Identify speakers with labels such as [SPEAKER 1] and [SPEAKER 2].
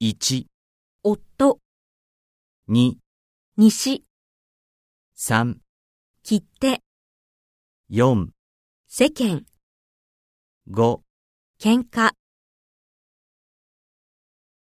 [SPEAKER 1] 1、
[SPEAKER 2] 夫、
[SPEAKER 1] 2、
[SPEAKER 2] 西、
[SPEAKER 1] 3、
[SPEAKER 2] 切手、
[SPEAKER 1] 4、
[SPEAKER 2] 世間、
[SPEAKER 1] 5
[SPEAKER 2] 喧嘩。